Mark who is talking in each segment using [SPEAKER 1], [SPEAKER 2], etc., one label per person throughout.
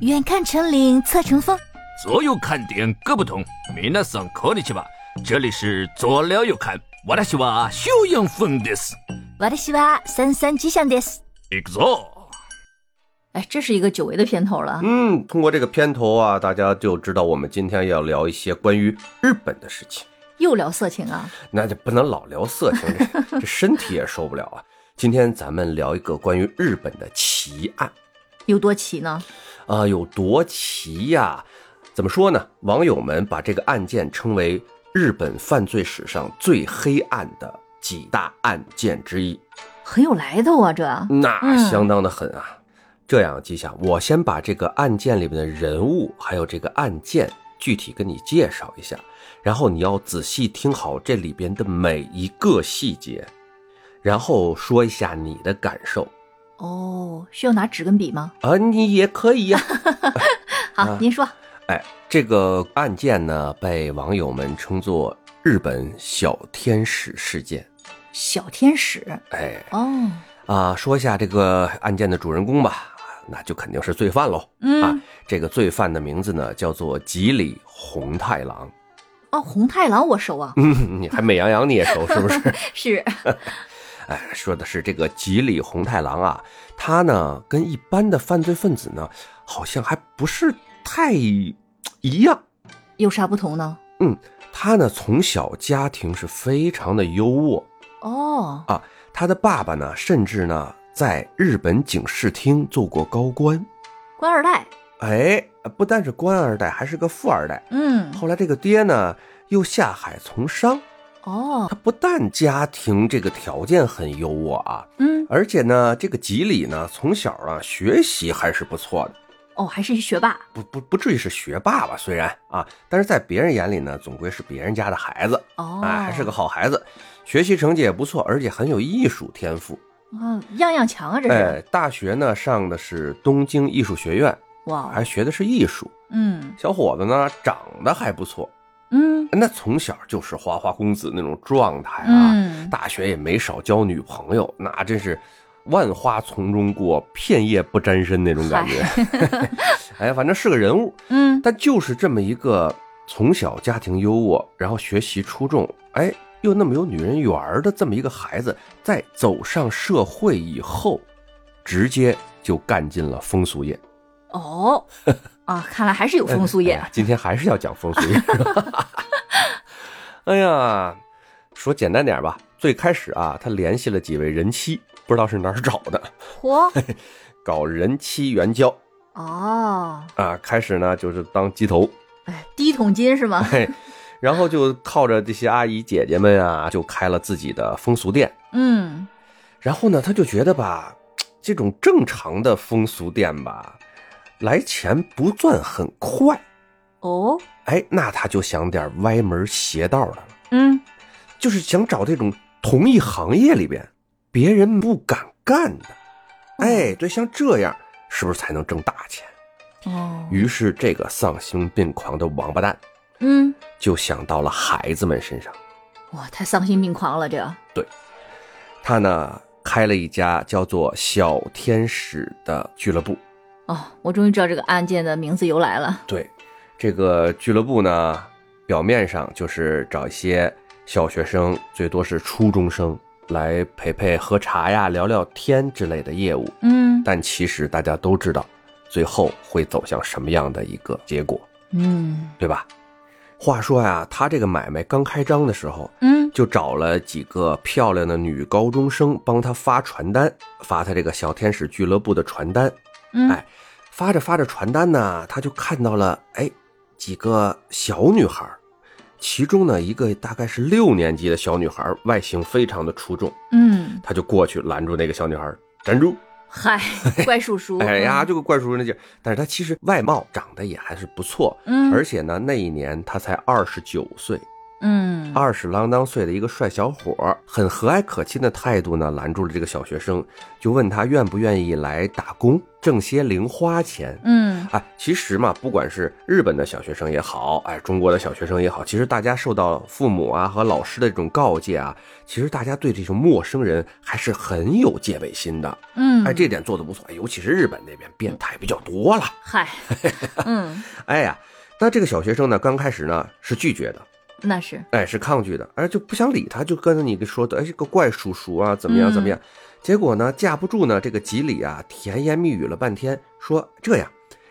[SPEAKER 1] 远看成岭侧成峰。
[SPEAKER 2] 所有看点各不同。皆さんこんにちは，这里是左聊右看，私は修养风です。
[SPEAKER 1] 私は三三吉祥です。
[SPEAKER 2] 行くぞ！
[SPEAKER 3] 哎，这是一个久违的片头了。
[SPEAKER 4] 嗯，通过这个片头啊，大家就知道我们今天要聊一些关于日本的事情，
[SPEAKER 3] 又聊色情啊？
[SPEAKER 4] 那就不能老聊色情，这这身体也受不了啊。今天咱们聊一个关于日本的奇案
[SPEAKER 3] 有多奇呢？
[SPEAKER 4] 啊、有多奇呀、怎么说呢？网友们把这个案件称为日本犯罪史上最黑暗的几大案件之一。
[SPEAKER 3] 很有来头啊，这
[SPEAKER 4] 那
[SPEAKER 3] 嗯
[SPEAKER 4] 相当的狠啊！这样，吉祥，我先把这个案件里面的人物，还有这个案件具体跟你介绍一下，然后你要仔细听好这里边的每一个细节，然后说一下你的感受
[SPEAKER 3] 哦，需要拿纸跟笔吗？
[SPEAKER 4] 啊，你也可以呀、
[SPEAKER 3] 好，您说。
[SPEAKER 4] 哎，这个案件呢，被网友们称作日本小天使事件。
[SPEAKER 3] 小天使
[SPEAKER 4] 哎，
[SPEAKER 3] 哦，
[SPEAKER 4] 啊，说一下这个案件的主人公吧，那就肯定是罪犯喽。
[SPEAKER 3] 嗯
[SPEAKER 4] 啊，这个罪犯的名字呢叫做吉里红太狼。
[SPEAKER 3] 哦，红太狼我熟啊，
[SPEAKER 4] 嗯， 你还美羊羊你也熟是不是？
[SPEAKER 3] 是
[SPEAKER 4] 哎，说的是这个吉里红太狼啊，他呢跟一般的犯罪分子呢，好像还不是太一样。
[SPEAKER 3] 有啥不同呢？
[SPEAKER 4] 他呢从小家庭是非常的优渥，
[SPEAKER 3] 哦，
[SPEAKER 4] 他的爸爸呢甚至呢在日本警视厅做过高官。
[SPEAKER 3] 官二代，
[SPEAKER 4] 哎，不但是官二代，还是个富二代。
[SPEAKER 3] 嗯，
[SPEAKER 4] 后来这个爹呢又下海从商，
[SPEAKER 3] 哦，
[SPEAKER 4] 他不但家庭这个条件很优渥啊，
[SPEAKER 3] 嗯，
[SPEAKER 4] 而且呢这个吉里呢从小啊学习还是不错的，
[SPEAKER 3] 哦，还是一学霸，
[SPEAKER 4] 不不不至于是学霸吧，虽然啊，但是在别人眼里呢总归是别人家的孩子，
[SPEAKER 3] 哦，
[SPEAKER 4] 哎，还是个好孩子，学习成绩也不错，而且很有艺术天赋。
[SPEAKER 3] 啊，样样强啊，这
[SPEAKER 4] 哎
[SPEAKER 3] 是，，
[SPEAKER 4] 大学呢上的是东京艺术学院，
[SPEAKER 3] 哇，
[SPEAKER 4] 还学的是艺术。
[SPEAKER 3] 嗯
[SPEAKER 4] 小伙子呢长得还不错，
[SPEAKER 3] 嗯
[SPEAKER 4] 那从小就是花花公子那种状态啊。
[SPEAKER 3] 嗯，
[SPEAKER 4] 大学也没少交女朋友，那真是万花丛中过，片叶不沾身那种感觉。 哎，反正是个人物，
[SPEAKER 3] 嗯，
[SPEAKER 4] 但就是这么一个从小家庭优渥，然后学习出众，哎，又那么有女人缘儿的这么一个孩子，在走上社会以后，直接就干进了风俗业。
[SPEAKER 3] 哦，啊，看来还是有风俗业
[SPEAKER 4] 哎呀，今天还是要讲风俗业。 哎呀，说简单点吧，最开始啊，他联系了几位人妻，不知道是哪儿找的，
[SPEAKER 3] 嚯，
[SPEAKER 4] 搞人妻援交
[SPEAKER 3] 哦，
[SPEAKER 4] 啊，开始呢就是当鸡头，
[SPEAKER 3] 哎，第一桶金是 吗？
[SPEAKER 4] 嘿，然后就靠着这些阿姨姐姐们啊，就开了自己的风俗店。
[SPEAKER 3] 嗯，
[SPEAKER 4] 然后呢，他就觉得吧，这种正常的风俗店吧，来钱不赚很快，
[SPEAKER 3] 哦，
[SPEAKER 4] 哎，那他就想点歪门邪道的了。
[SPEAKER 3] 嗯，
[SPEAKER 4] 就是想找这种同一行业里边别人不敢干的。哎，对，像这样是不是才能挣大钱？嗯
[SPEAKER 3] 哦，
[SPEAKER 4] 于是这个丧心病狂的王八蛋
[SPEAKER 3] 嗯，
[SPEAKER 4] 就想到了孩子们身上。
[SPEAKER 3] 哇，太丧心病狂了，这，
[SPEAKER 4] 他呢开了一家叫做“小天使”的俱乐部。
[SPEAKER 3] 哦，我终于知道这个案件的名字由来了。
[SPEAKER 4] 对，这个俱乐部呢，表面上就是找一些小学生，最多是初中生来陪陪喝茶呀、聊聊天之类的业务。
[SPEAKER 3] 嗯
[SPEAKER 4] 但其实大家都知道，最后会走向什么样的一个结果，
[SPEAKER 3] 嗯
[SPEAKER 4] 对吧？话说呀，他这个买卖刚开张的时候，
[SPEAKER 3] 嗯，
[SPEAKER 4] 就找了几个漂亮的女高中生帮他发传单，发他这个小天使俱乐部的传单。
[SPEAKER 3] 嗯
[SPEAKER 4] 哎，发着发着传单呢，他就看到了哎几个小女孩儿，其中呢一个大概是六年级的小女孩儿，外形非常的出众，
[SPEAKER 3] 嗯，
[SPEAKER 4] 他就过去拦住那个小女孩儿，站住！
[SPEAKER 3] 嗨，怪叔叔，
[SPEAKER 4] 哎呀，
[SPEAKER 3] 嗯，
[SPEAKER 4] 这个怪叔叔那劲儿，但是他其实外貌长得也还是不错，
[SPEAKER 3] 嗯
[SPEAKER 4] 而且呢，那一年他才二十九岁，
[SPEAKER 3] 嗯，
[SPEAKER 4] 二十郎当岁的一个帅小伙儿，很和蔼可亲的态度呢，拦住了这个小学生，就问他愿不愿意来打工，挣些零花钱。
[SPEAKER 3] 嗯，
[SPEAKER 4] 哎，其实嘛，不管是日本的小学生也好，哎，中国的小学生也好，其实大家受到父母啊和老师的这种告诫啊，其实大家对这种陌生人还是很有戒备心的。
[SPEAKER 3] 嗯，
[SPEAKER 4] 哎，这点做的不错，尤其是日本那边变态比较多了。
[SPEAKER 3] 嗨，嗯，
[SPEAKER 4] 哎呀，那这个小学生呢，刚开始呢是拒绝的，
[SPEAKER 3] 那是，
[SPEAKER 4] 哎，是抗拒的，哎，就不想理他，就跟你说的，哎，这个怪叔叔啊，怎么样怎么样？结果呢，架不住呢，这个吉里啊，甜言蜜语了半天，说这样，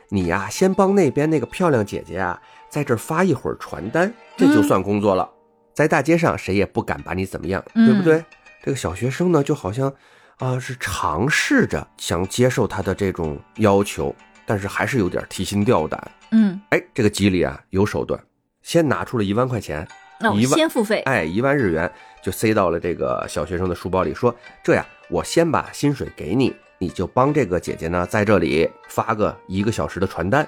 [SPEAKER 4] 你呀、先帮那边那个漂亮姐姐啊，在这儿发一会儿传单，这就算工作了。在大街上，谁也不敢把你怎么样，对不对？这个小学生呢，就好像啊、是尝试着想接受他的这种要求，但是还是有点提心吊胆。
[SPEAKER 3] 嗯，
[SPEAKER 4] 哎，这个吉里啊，有手段，先拿出了一万块钱。
[SPEAKER 3] 那我
[SPEAKER 4] 一万
[SPEAKER 3] 先付费，
[SPEAKER 4] 哎，一万日元就塞到了这个小学生的书包里，说：“这样，我先把薪水给你，你就帮这个姐姐呢，在这里发个一个小时的传单。”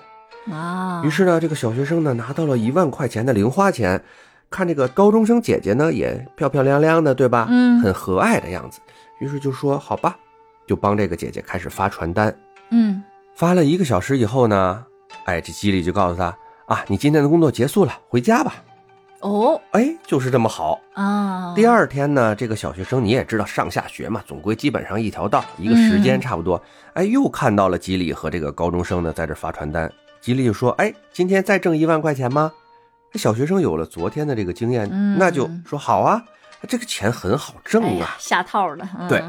[SPEAKER 3] 啊，
[SPEAKER 4] 于是呢，这个小学生呢拿到了一万块钱的零花钱，看这个高中生姐姐呢也漂漂亮亮的，对吧？
[SPEAKER 3] 嗯
[SPEAKER 4] 很和蔼的样子，于是就说：“好吧，就帮这个姐姐开始发传单。”
[SPEAKER 3] 嗯，
[SPEAKER 4] 发了一个小时以后呢，哎，这基里就告诉他：“啊，你今天的工作结束了，回家吧。
[SPEAKER 3] 哦”
[SPEAKER 4] 哎，就是这么好。
[SPEAKER 3] 啊，
[SPEAKER 4] 第，二天呢，这个小学生你也知道，上下学嘛，总归基本上一条道，一个时间差
[SPEAKER 3] 嗯
[SPEAKER 4] 不多。哎，又看到了吉里和这个高中生呢在这发传单。吉里就说：“哎，今天再挣一万块钱吗？”这小学生有了昨天的这个经验，
[SPEAKER 3] 嗯
[SPEAKER 4] 那就说好啊，这个钱很好挣
[SPEAKER 3] 哎
[SPEAKER 4] 啊。
[SPEAKER 3] 呀，下套了，嗯
[SPEAKER 4] 对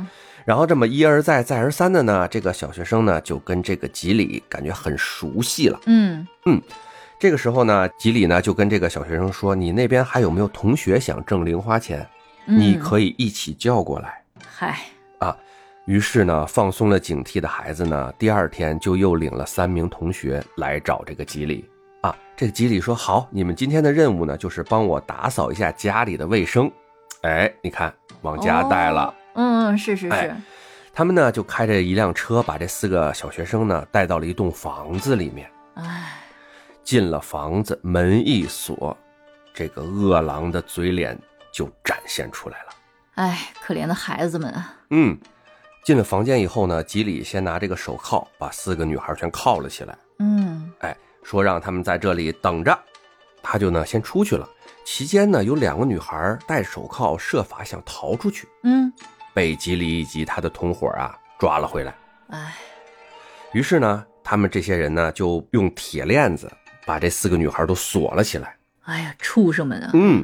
[SPEAKER 4] 然后这么一而再再而三的呢，这个小学生呢就跟这个吉里感觉很熟悉了。
[SPEAKER 3] 嗯
[SPEAKER 4] 这个时候呢，吉里呢就跟这个小学生说：“你那边还有没有同学想挣零花钱？
[SPEAKER 3] 嗯，
[SPEAKER 4] 你可以一起叫过来。”
[SPEAKER 3] 嗨，
[SPEAKER 4] 于是呢，放松了警惕的孩子呢，第二天就又领了三名同学来找这个吉里啊。这个吉里说：“好，你们今天的任务呢，就是帮我打扫一下家里的卫生。”哎，你看，往家带了。
[SPEAKER 3] 哦，嗯，是是是
[SPEAKER 4] 哎，他们呢就开着一辆车，把这四个小学生呢带到了一栋房子里面。
[SPEAKER 3] 哎，
[SPEAKER 4] 进了房子，门一锁，这个饿狼的嘴脸就展现出来了。
[SPEAKER 3] 哎，可怜的孩子们啊，
[SPEAKER 4] 嗯，进了房间以后呢，吉里先拿这个手铐把四个女孩全铐了起来。
[SPEAKER 3] 嗯
[SPEAKER 4] 哎，说让他们在这里等着，他就呢先出去了。期间呢，有两个女孩戴手铐，设法想逃出去，
[SPEAKER 3] 嗯，
[SPEAKER 4] 被吉里以及他的同伙啊抓了回来。
[SPEAKER 3] 哎，
[SPEAKER 4] 于是呢，他们这些人呢就用铁链子把这四个女孩都锁了起来。
[SPEAKER 3] 哎呀，畜生们啊，
[SPEAKER 4] 嗯，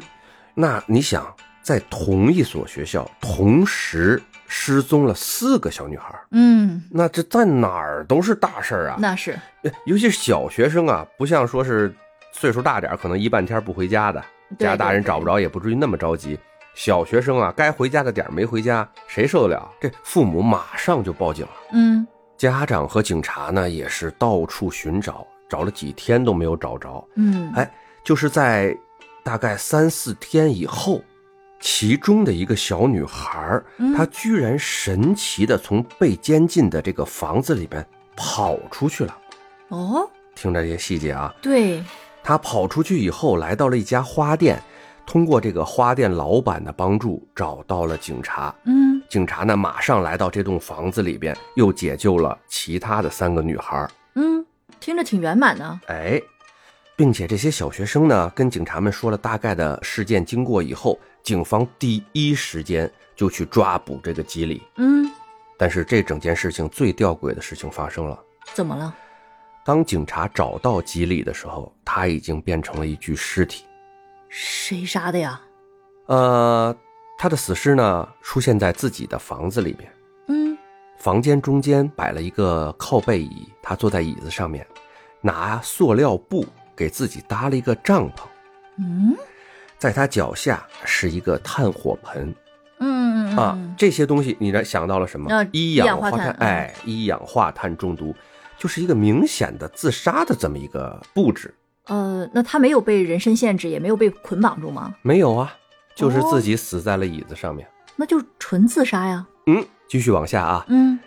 [SPEAKER 4] 那你想，在同一所学校同时失踪了四个小女孩，
[SPEAKER 3] 嗯，
[SPEAKER 4] 那这在哪儿都是大事儿啊！
[SPEAKER 3] 那是，
[SPEAKER 4] 尤其是小学生啊，不像说是岁数大点儿，可能一半天儿不回家的，
[SPEAKER 3] 对
[SPEAKER 4] 家大人
[SPEAKER 3] 对
[SPEAKER 4] 找不着也不至于那么着急。小学生啊，该回家的点儿没回家，谁受得了？这父母马上就报警了。
[SPEAKER 3] 嗯
[SPEAKER 4] 家长和警察呢，也是到处寻找，找了几天都没有找着。
[SPEAKER 3] 嗯，
[SPEAKER 4] 哎，就是在大概三四天以后，其中的一个小女孩儿，
[SPEAKER 3] 嗯
[SPEAKER 4] 她居然神奇的从被监禁的这个房子里边跑出去了。
[SPEAKER 3] 哦，
[SPEAKER 4] 听着这些细节啊，
[SPEAKER 3] 对，
[SPEAKER 4] 她跑出去以后，来到了一家花店，通过这个花店老板的帮助，找到了警察。
[SPEAKER 3] 嗯
[SPEAKER 4] 警察呢，马上来到这栋房子里边，又解救了其他的三个女孩儿。
[SPEAKER 3] 嗯，听着挺圆满呢，
[SPEAKER 4] 哎，并且这些小学生呢，跟警察们说了大概的事件经过以后，警方第一时间就去抓捕这个吉里。
[SPEAKER 3] 嗯，
[SPEAKER 4] 但是这整件事情最吊诡的事情发生了，
[SPEAKER 3] 怎么了？
[SPEAKER 4] 当警察找到吉里的时候，他已经变成了一具尸体。
[SPEAKER 3] 谁杀的呀？
[SPEAKER 4] 呃，他的死尸呢，出现在自己的房子里面，
[SPEAKER 3] 嗯，
[SPEAKER 4] 房间中间摆了一个靠背椅，他坐在椅子上面，拿塑料布给自己搭了一个帐篷。
[SPEAKER 3] 嗯
[SPEAKER 4] 在他脚下是一个炭火盆
[SPEAKER 3] 嗯嗯
[SPEAKER 4] 啊
[SPEAKER 3] 嗯，，
[SPEAKER 4] 这些东西你这想到了什么
[SPEAKER 3] 啊？
[SPEAKER 4] 一
[SPEAKER 3] 一
[SPEAKER 4] 氧
[SPEAKER 3] 氧化
[SPEAKER 4] 碳
[SPEAKER 3] 碳，嗯
[SPEAKER 4] 哎，一氧化碳中毒，就是一个明显的自杀的这么一个布置。
[SPEAKER 3] 呃，那他没有被人身限制，也没有被捆绑住吗？
[SPEAKER 4] 没有啊，就是
[SPEAKER 3] 哦
[SPEAKER 4] 自己死在了椅子上面。
[SPEAKER 3] 那就纯自杀呀。
[SPEAKER 4] 嗯，继续往下啊。
[SPEAKER 3] 嗯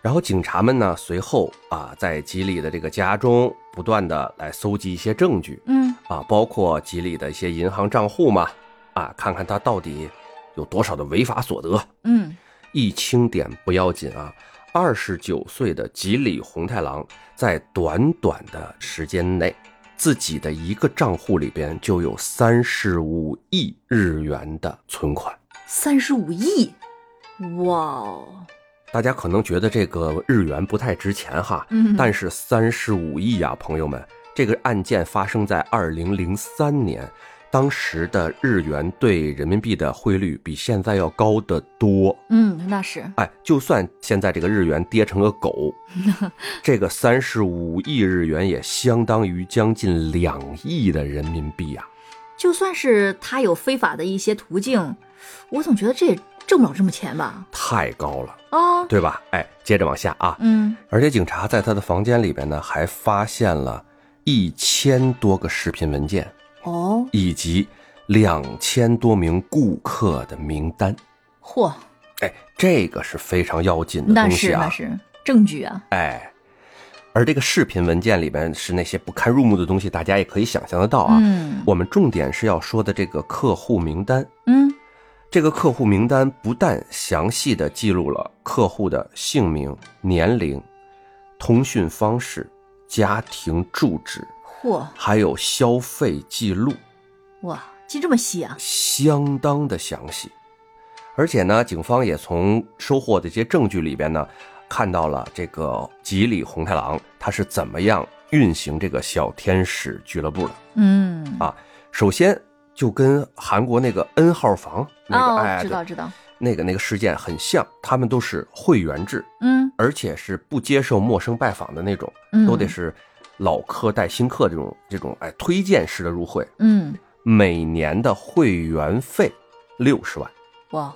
[SPEAKER 4] 然后警察们呢，随后啊，在吉里的这个家中不断的来搜集一些证据
[SPEAKER 3] 嗯
[SPEAKER 4] 啊，包括吉里的一些银行账户嘛，啊，看看他到底有多少的违法所得。
[SPEAKER 3] 嗯，
[SPEAKER 4] 一清点不要紧啊，二十九岁的吉里红太狼在短短的时间内，自己的一个账户里边就有三十五亿日元的存款。
[SPEAKER 3] 三十五亿，哇哦，
[SPEAKER 4] 大家可能觉得这个日元不太值钱哈，
[SPEAKER 3] 嗯
[SPEAKER 4] 但是三十五亿呀、朋友们，这个案件发生在二零零三年，当时的日元对人民币的汇率比现在要高得多。
[SPEAKER 3] 嗯，那是，
[SPEAKER 4] 哎，就算现在这个日元跌成个狗，这个三十五亿日元也相当于将近两亿的人民币啊呀、
[SPEAKER 3] 就算是他有非法的一些途径，我总觉得这也挣不了这么钱吧？
[SPEAKER 4] 太高了，
[SPEAKER 3] 啊，
[SPEAKER 4] 对吧？哎，接着往下啊，
[SPEAKER 3] 嗯，
[SPEAKER 4] 而且警察在他的房间里边呢，还发现了一千多个视频文件，
[SPEAKER 3] 哦，
[SPEAKER 4] 以及两千多名顾客的名单。
[SPEAKER 3] 嚯，
[SPEAKER 4] 哎，这个是非常要紧的
[SPEAKER 3] 那
[SPEAKER 4] 东
[SPEAKER 3] 是
[SPEAKER 4] 西
[SPEAKER 3] 那
[SPEAKER 4] 啊！哎
[SPEAKER 3] 是证据啊，
[SPEAKER 4] 而这个视频文件里边是那些不堪入目的东西，大家也可以想象得到啊。
[SPEAKER 3] 嗯
[SPEAKER 4] 我们重点是要说的这个客户名单。
[SPEAKER 3] 嗯，
[SPEAKER 4] 这个客户名单不但详细的记录了客户的姓名、年龄、通讯方式、家庭住址，
[SPEAKER 3] 嚯，
[SPEAKER 4] 还有消费记录，
[SPEAKER 3] 哇，记这么细啊？
[SPEAKER 4] 相当的详细。而且呢，警方也从收获的这些证据里边呢，看到了这个吉里红太狼他是怎么样运行这个小天使俱乐部的。
[SPEAKER 3] 嗯
[SPEAKER 4] 啊首先就跟韩国那个 N 号房那个、
[SPEAKER 3] 哦，
[SPEAKER 4] 哎
[SPEAKER 3] 知
[SPEAKER 4] 对
[SPEAKER 3] 道知道，
[SPEAKER 4] 那个那个事件很像，他们都是会员制，
[SPEAKER 3] 嗯
[SPEAKER 4] 而且是不接受陌生拜访的那种，
[SPEAKER 3] 嗯，
[SPEAKER 4] 都得是老客带新客这种这种哎推荐式的入会，
[SPEAKER 3] 嗯，
[SPEAKER 4] 每年的会员费六十万，
[SPEAKER 3] 哇，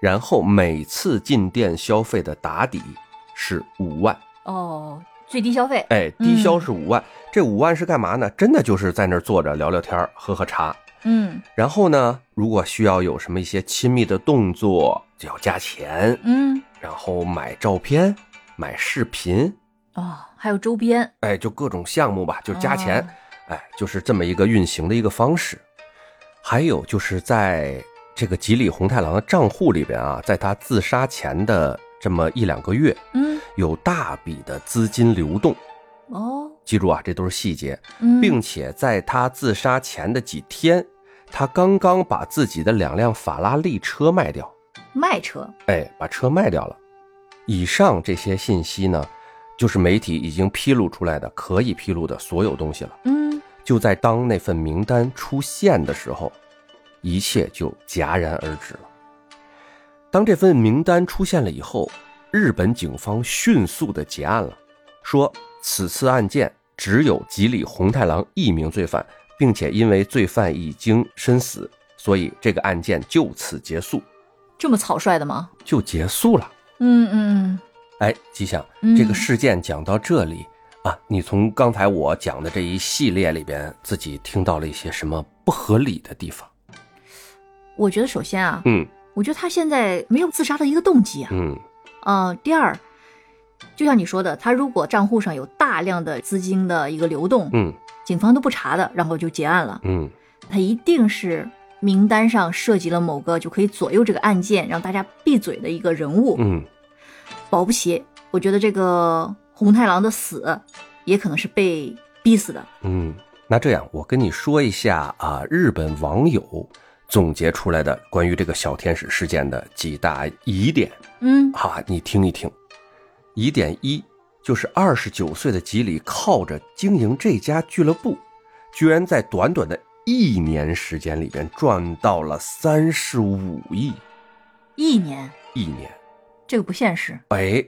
[SPEAKER 4] 然后每次进店消费的打底是五万，
[SPEAKER 3] 哦，最低消费，
[SPEAKER 4] 哎，低消是五万，这五万是干嘛呢？真的就是在那儿坐着聊聊天儿喝喝茶，
[SPEAKER 3] 嗯
[SPEAKER 4] 然后呢，如果需要有什么一些亲密的动作，就要加钱，
[SPEAKER 3] 嗯，
[SPEAKER 4] 然后买照片、买视频，
[SPEAKER 3] 哦，还有周边，
[SPEAKER 4] 哎，就各种项目吧，就加钱，
[SPEAKER 3] 哦
[SPEAKER 4] 哎，就是这么一个运行的一个方式。还有就是在这个吉里红太狼的账户里边啊，在他自杀前的这么一两个月，
[SPEAKER 3] 嗯，
[SPEAKER 4] 有大笔的资金流动。
[SPEAKER 3] 哦，
[SPEAKER 4] 记住啊，这都是细节。
[SPEAKER 3] 嗯，
[SPEAKER 4] 并且在他自杀前的几天，他刚刚把自己的两辆法拉利车卖掉，
[SPEAKER 3] 卖车，
[SPEAKER 4] 哎，把车卖掉了。以上这些信息呢，就是媒体已经披露出来的可以披露的所有东西了。
[SPEAKER 3] 嗯，
[SPEAKER 4] 就在当那份名单出现的时候，一切就戛然而止了。当这份名单出现了以后，日本警方迅速的结案了，说此次案件只有吉里红太狼一名罪犯，并且因为罪犯已经身死，所以这个案件就此结束，
[SPEAKER 3] 这么草率的吗？
[SPEAKER 4] 就结束了。
[SPEAKER 3] 嗯嗯
[SPEAKER 4] 哎，吉祥
[SPEAKER 3] 嗯，
[SPEAKER 4] 这个事件讲到这里、啊，你从刚才我讲的这一系列里边，自己听到了一些什么不合理的地方？
[SPEAKER 3] 嗯，我觉得首先啊，
[SPEAKER 4] 嗯
[SPEAKER 3] 我觉得他现在没有自杀的一个动机啊。
[SPEAKER 4] 嗯，
[SPEAKER 3] 嗯、第二，就像你说的，他如果账户上有大量的资金的一个流动，
[SPEAKER 4] 嗯
[SPEAKER 3] 警方都不查的，然后就结案了，
[SPEAKER 4] 嗯，
[SPEAKER 3] 他一定是名单上涉及了某个就可以左右这个案件让大家闭嘴的一个人物，
[SPEAKER 4] 嗯，
[SPEAKER 3] 保不齐，我觉得这个红太狼的死也可能是被逼死的。
[SPEAKER 4] 嗯，那这样，我跟你说一下啊，日本网友总结出来的关于这个小天使事件的几大疑点
[SPEAKER 3] 嗯
[SPEAKER 4] 哈、啊你听一听。疑点一就是二十九岁的吉里靠着经营这家俱乐部，居然在短短的一年时间里边赚到了三十五亿，
[SPEAKER 3] 一年，
[SPEAKER 4] 一年。
[SPEAKER 3] 这个不现实。
[SPEAKER 4] 哎，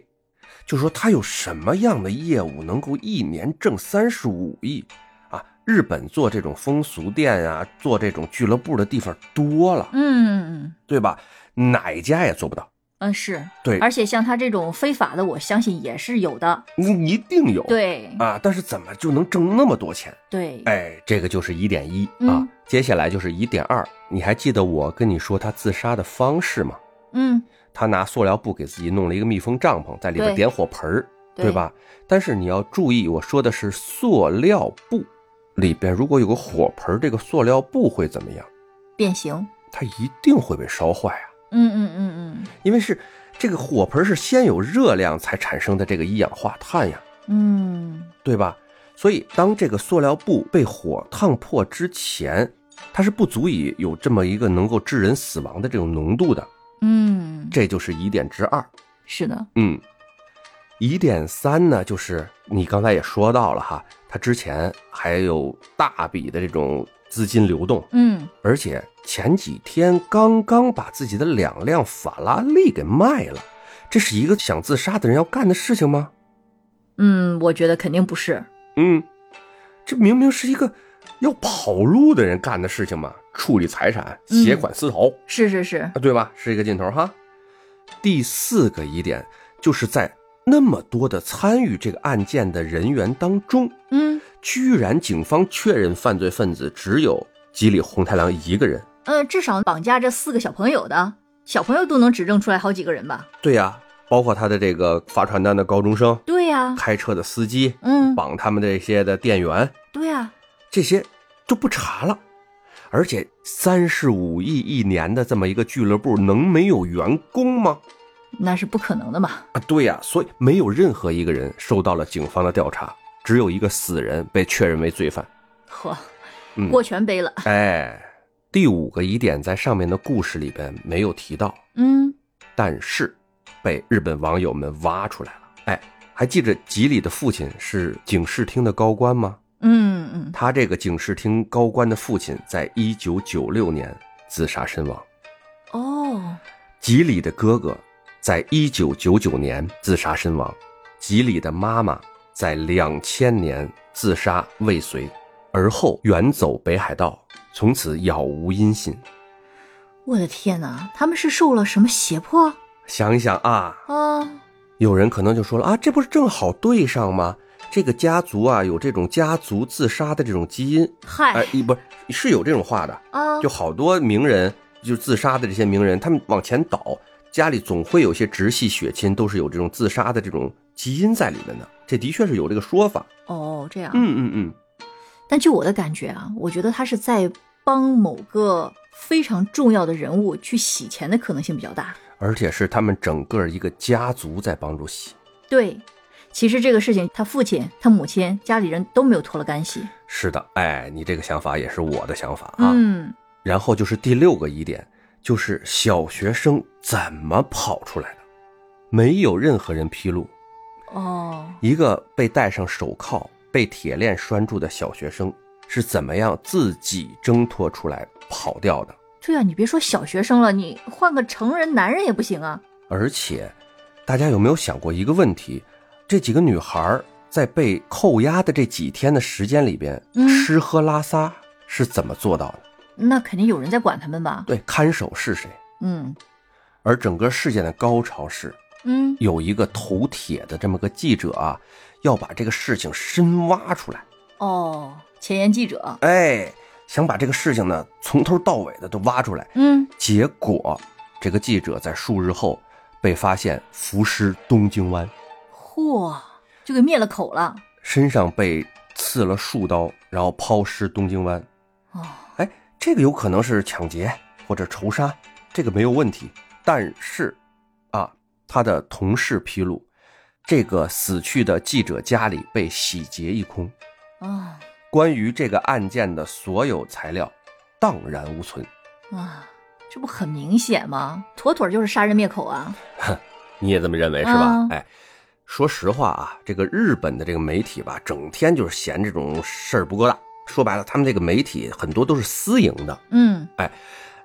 [SPEAKER 4] 就说他有什么样的业务能够一年挣三十五亿啊？日本做这种风俗店啊，做这种俱乐部的地方多了，
[SPEAKER 3] 嗯嗯
[SPEAKER 4] 对吧？哪家也做不到。
[SPEAKER 3] 嗯，是。
[SPEAKER 4] 对，
[SPEAKER 3] 而且像他这种非法的，我相信也是有的。
[SPEAKER 4] 你一定有
[SPEAKER 3] 对
[SPEAKER 4] 啊，但是怎么就能挣那么多钱？
[SPEAKER 3] 对，
[SPEAKER 4] 哎，这个就是疑点一啊
[SPEAKER 3] 嗯。
[SPEAKER 4] 接下来就是疑点二，你还记得我跟你说他自杀的方式吗？
[SPEAKER 3] 嗯，
[SPEAKER 4] 他拿塑料布给自己弄了一个密封帐篷，在里边
[SPEAKER 3] 对
[SPEAKER 4] 点火盆儿，
[SPEAKER 3] 对
[SPEAKER 4] 对吧？但是你要注意，我说的是塑料布里边如果有个火盆儿，这个塑料布会怎么样？
[SPEAKER 3] 变形。
[SPEAKER 4] 它一定会被烧坏啊，
[SPEAKER 3] 嗯嗯嗯
[SPEAKER 4] 因为是这个火盆是先有热量才产生的这个一氧化碳呀，
[SPEAKER 3] 嗯
[SPEAKER 4] 对吧？所以当这个塑料布被火烫破之前，它是不足以有这么一个能够致人死亡的这种浓度的，
[SPEAKER 3] 嗯嗯，
[SPEAKER 4] 这就是疑点之二。
[SPEAKER 3] 是的，
[SPEAKER 4] 嗯，疑点三呢，就是你刚才也说到了哈，它之前还有大笔的这种资金流动，
[SPEAKER 3] 嗯
[SPEAKER 4] 而且前几天刚刚把自己的两辆法拉利给卖了，这是一个想自杀的人要干的事情吗？
[SPEAKER 3] 嗯，我觉得肯定不是。
[SPEAKER 4] 嗯，这明明是一个要跑路的人干的事情嘛，处理财产、
[SPEAKER 3] 嗯
[SPEAKER 4] 携款私逃、
[SPEAKER 3] 是是是，
[SPEAKER 4] 啊，对吧？是一个尽头哈。第四个疑点就是在那么多的参与这个案件的人员当中，
[SPEAKER 3] 嗯
[SPEAKER 4] 居然警方确认犯罪分子只有吉里红太狼一个人。
[SPEAKER 3] 呃，至少绑架这四个小朋友的小朋友都能指证出来好几个人吧？
[SPEAKER 4] 对呀、包括他的这个发传单的高中生、
[SPEAKER 3] 对呀、
[SPEAKER 4] 开车的司机、
[SPEAKER 3] 嗯
[SPEAKER 4] 绑他们这些的店员，
[SPEAKER 3] 对呀、
[SPEAKER 4] 这些就不查了。而且三十五亿一年的这么一个俱乐部，能没有员工吗？
[SPEAKER 3] 那是不可能的嘛。
[SPEAKER 4] 啊，对呀、所以没有任何一个人受到了警方的调查，只有一个死人被确认为罪犯。
[SPEAKER 3] 嚯
[SPEAKER 4] 嗯，
[SPEAKER 3] 锅全背了。
[SPEAKER 4] 哎，第五个疑点在上面的故事里边没有提到，
[SPEAKER 3] 嗯
[SPEAKER 4] 但是被日本网友们挖出来了。哎，还记着吉里的父亲是警视厅的高官吗？
[SPEAKER 3] 嗯嗯，
[SPEAKER 4] 他这个警视厅高官的父亲在一九九六年自杀身亡，
[SPEAKER 3] 哦，
[SPEAKER 4] 吉里的哥哥在一九九九年自杀身亡，吉里的妈妈在两千年自杀未遂，而后远走北海道，从此杳无音信。
[SPEAKER 3] 我的天哪，他们是受了什么胁迫
[SPEAKER 4] 想一想啊，
[SPEAKER 3] 啊？
[SPEAKER 4] 有人可能就说了啊，这不是正好对上吗？这个家族啊，有这种家族自杀的这种基因，
[SPEAKER 3] 嗨、
[SPEAKER 4] 哎，一不是是有这种话的，
[SPEAKER 3] 啊，
[SPEAKER 4] 就好多名人，就自杀的这些名人，他们往前倒，家里总会有些直系血亲都是有这种自杀的这种基因在里面的，这的确是有这个说法。
[SPEAKER 3] 哦这样。
[SPEAKER 4] 嗯嗯嗯，
[SPEAKER 3] 但就我的感觉啊，我觉得他是在帮某个非常重要的人物去洗钱的可能性比较大。
[SPEAKER 4] 而且是他们整个一个家族在帮助洗。
[SPEAKER 3] 对，其实这个事情，他父亲、他母亲、家里人都没有脱了干系。
[SPEAKER 4] 是的，哎，你这个想法也是我的想法啊。
[SPEAKER 3] 嗯，
[SPEAKER 4] 然后就是第六个疑点，就是小学生怎么跑出来的，没有任何人披露。
[SPEAKER 3] 哦，
[SPEAKER 4] 一个被戴上手铐、被铁链拴住的小学生是怎么样自己挣脱出来跑掉的？
[SPEAKER 3] 对啊，你别说小学生了，你换个成人男人也不行啊。
[SPEAKER 4] 而且，大家有没有想过一个问题？这几个女孩在被扣押的这几天的时间里边，
[SPEAKER 3] 嗯
[SPEAKER 4] 吃喝拉撒是怎么做到的？
[SPEAKER 3] 那肯定有人在管他们吧？
[SPEAKER 4] 对，看守是谁？
[SPEAKER 3] 嗯
[SPEAKER 4] 而整个事件的高潮是，
[SPEAKER 3] 嗯，
[SPEAKER 4] 有一个头铁的这么个记者啊，要把这个事情深挖出来。
[SPEAKER 3] 哦，前沿记者，
[SPEAKER 4] 哎，想把这个事情呢从头到尾的都挖出来。
[SPEAKER 3] 嗯，
[SPEAKER 4] 结果，这个记者在数日后被发现浮尸东京湾，
[SPEAKER 3] 嚯，就给灭了口了。
[SPEAKER 4] 身上被刺了数刀，然后抛尸东京湾。
[SPEAKER 3] 哦，
[SPEAKER 4] 哎，这个有可能是抢劫或者仇杀，这个没有问题。但是，啊，他的同事披露，这个死去的记者家里被洗劫一空，
[SPEAKER 3] 啊
[SPEAKER 4] 关于这个案件的所有材料荡然无存。
[SPEAKER 3] 啊，这不很明显吗？妥妥就是杀人灭口啊。
[SPEAKER 4] 你也这么认为是吧？
[SPEAKER 3] 嗯
[SPEAKER 4] 哎，说实话啊，这个日本的这个媒体吧，整天就是嫌这种事儿不够大。说白了，他们这个媒体很多都是私营的，
[SPEAKER 3] 嗯，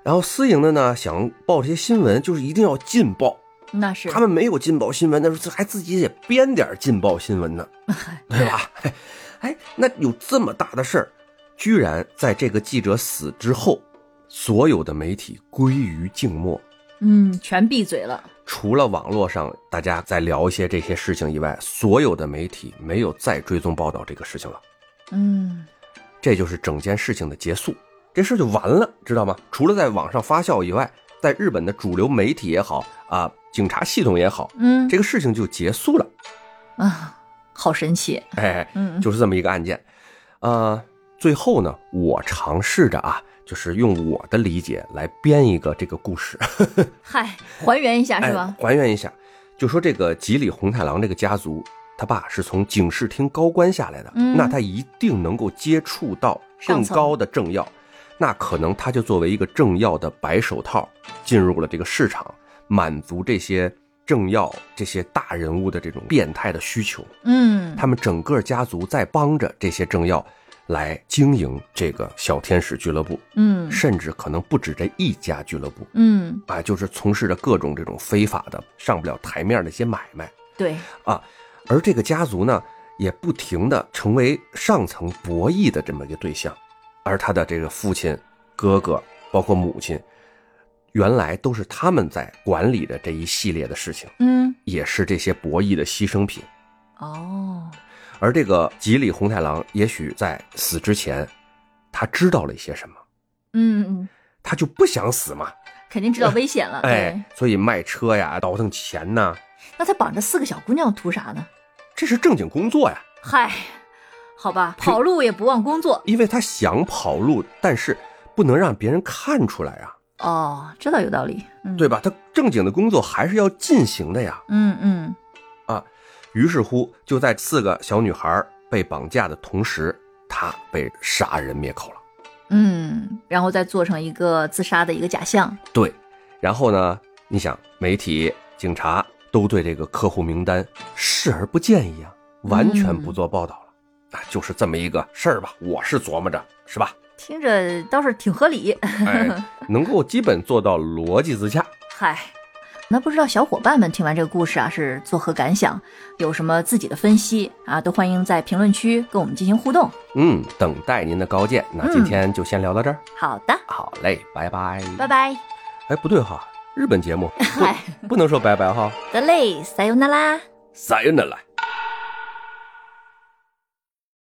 [SPEAKER 4] 然后私营的呢，想报这些新闻，就是一定要劲爆。
[SPEAKER 3] 那是
[SPEAKER 4] 他们没有劲爆新闻，那时候还自己也编点劲爆新闻 呢，对吧？ 哎哎，那有这么大的事儿，居然在这个记者死之后，所有的媒体归于静默。
[SPEAKER 3] 嗯，全闭嘴了。
[SPEAKER 4] 除了网络上大家在聊一些这些事情以外，所有的媒体没有再追踪报道这个事情了。
[SPEAKER 3] 嗯，
[SPEAKER 4] 这就是整件事情的结束，这事儿就完了，知道吗？除了在网上发酵以外，在日本的主流媒体也好啊，警察系统也好，
[SPEAKER 3] 嗯
[SPEAKER 4] 这个事情就结束了。
[SPEAKER 3] 啊，好神奇。
[SPEAKER 4] 哎，
[SPEAKER 3] 嗯，
[SPEAKER 4] 就是这么一个案件。呃，最后呢，我尝试着啊，就是用我的理解来编一个这个故事，
[SPEAKER 3] 嗨，还原一下啊是吧？
[SPEAKER 4] 哎？还原一下，就说这个吉里红太狼这个家族，他爸是从警视厅高官下来的，
[SPEAKER 3] 嗯
[SPEAKER 4] 那他一定能够接触到更
[SPEAKER 3] 上层
[SPEAKER 4] 高的政要，那可能他就作为一个政要的白手套进入了这个市场，满足这些政要、这些大人物的这种变态的需求。
[SPEAKER 3] 嗯，
[SPEAKER 4] 哎他们整个家族在帮着这些政要来经营这个小天使俱乐部，
[SPEAKER 3] 嗯
[SPEAKER 4] 甚至可能不止这一家俱乐部。
[SPEAKER 3] 嗯，
[SPEAKER 4] 啊，就是从事着各种这种非法的、上不了台面的一些买卖。
[SPEAKER 3] 对，
[SPEAKER 4] 而这个家族呢，也不停的成为上层博弈的这么一个对象。而他的这个父亲、哥哥，包括母亲，原来都是他们在管理的这一系列的事情，
[SPEAKER 3] 嗯，
[SPEAKER 4] 也是这些博弈的牺牲品。
[SPEAKER 3] 哦，
[SPEAKER 4] 而这个吉里红太狼，也许在死之前，他知道了一些什么，
[SPEAKER 3] 嗯，嗯
[SPEAKER 4] 他就不想死嘛，
[SPEAKER 3] 肯定知道危险了。
[SPEAKER 4] 哎，所以卖车呀，倒腾钱呐，
[SPEAKER 3] 对，那他绑着四个小姑娘图啥呢？
[SPEAKER 4] 这是正经工作呀。
[SPEAKER 3] 嗨，好吧，跑路也不忘工作。
[SPEAKER 4] 因为他想跑路，但是不能让别人看出来啊，
[SPEAKER 3] 哦，这倒有道理。嗯，
[SPEAKER 4] 对吧？他正经的工作还是要进行的呀。
[SPEAKER 3] 嗯嗯
[SPEAKER 4] 于是乎，就在四个小女孩被绑架的同时，他被杀人灭口了。
[SPEAKER 3] 嗯，然后再做成一个自杀的一个假象。
[SPEAKER 4] 对，然后呢？你想，媒体、警察都对这个客户名单视而不见一样，完全不做报道了。啊，就是这么一个事儿吧，我是琢磨着，是吧？
[SPEAKER 3] 听着倒是挺合理。
[SPEAKER 4] 哎，能够基本做到逻辑自洽。
[SPEAKER 3] 嗨，那不知道小伙伴们听完这个故事啊是作何感想，有什么自己的分析啊，都欢迎在评论区跟我们进行互动。
[SPEAKER 4] 嗯，等待您的高见。
[SPEAKER 3] 嗯
[SPEAKER 4] 那今天就先聊到这儿。
[SPEAKER 3] 好的，
[SPEAKER 4] 好嘞，拜拜。
[SPEAKER 3] 拜。拜。
[SPEAKER 4] 哎，不对哈，日本节目
[SPEAKER 3] 嗨，
[SPEAKER 4] 不能说拜拜哈。
[SPEAKER 3] 得嘞，撒由那拉。
[SPEAKER 4] 撒由那拉。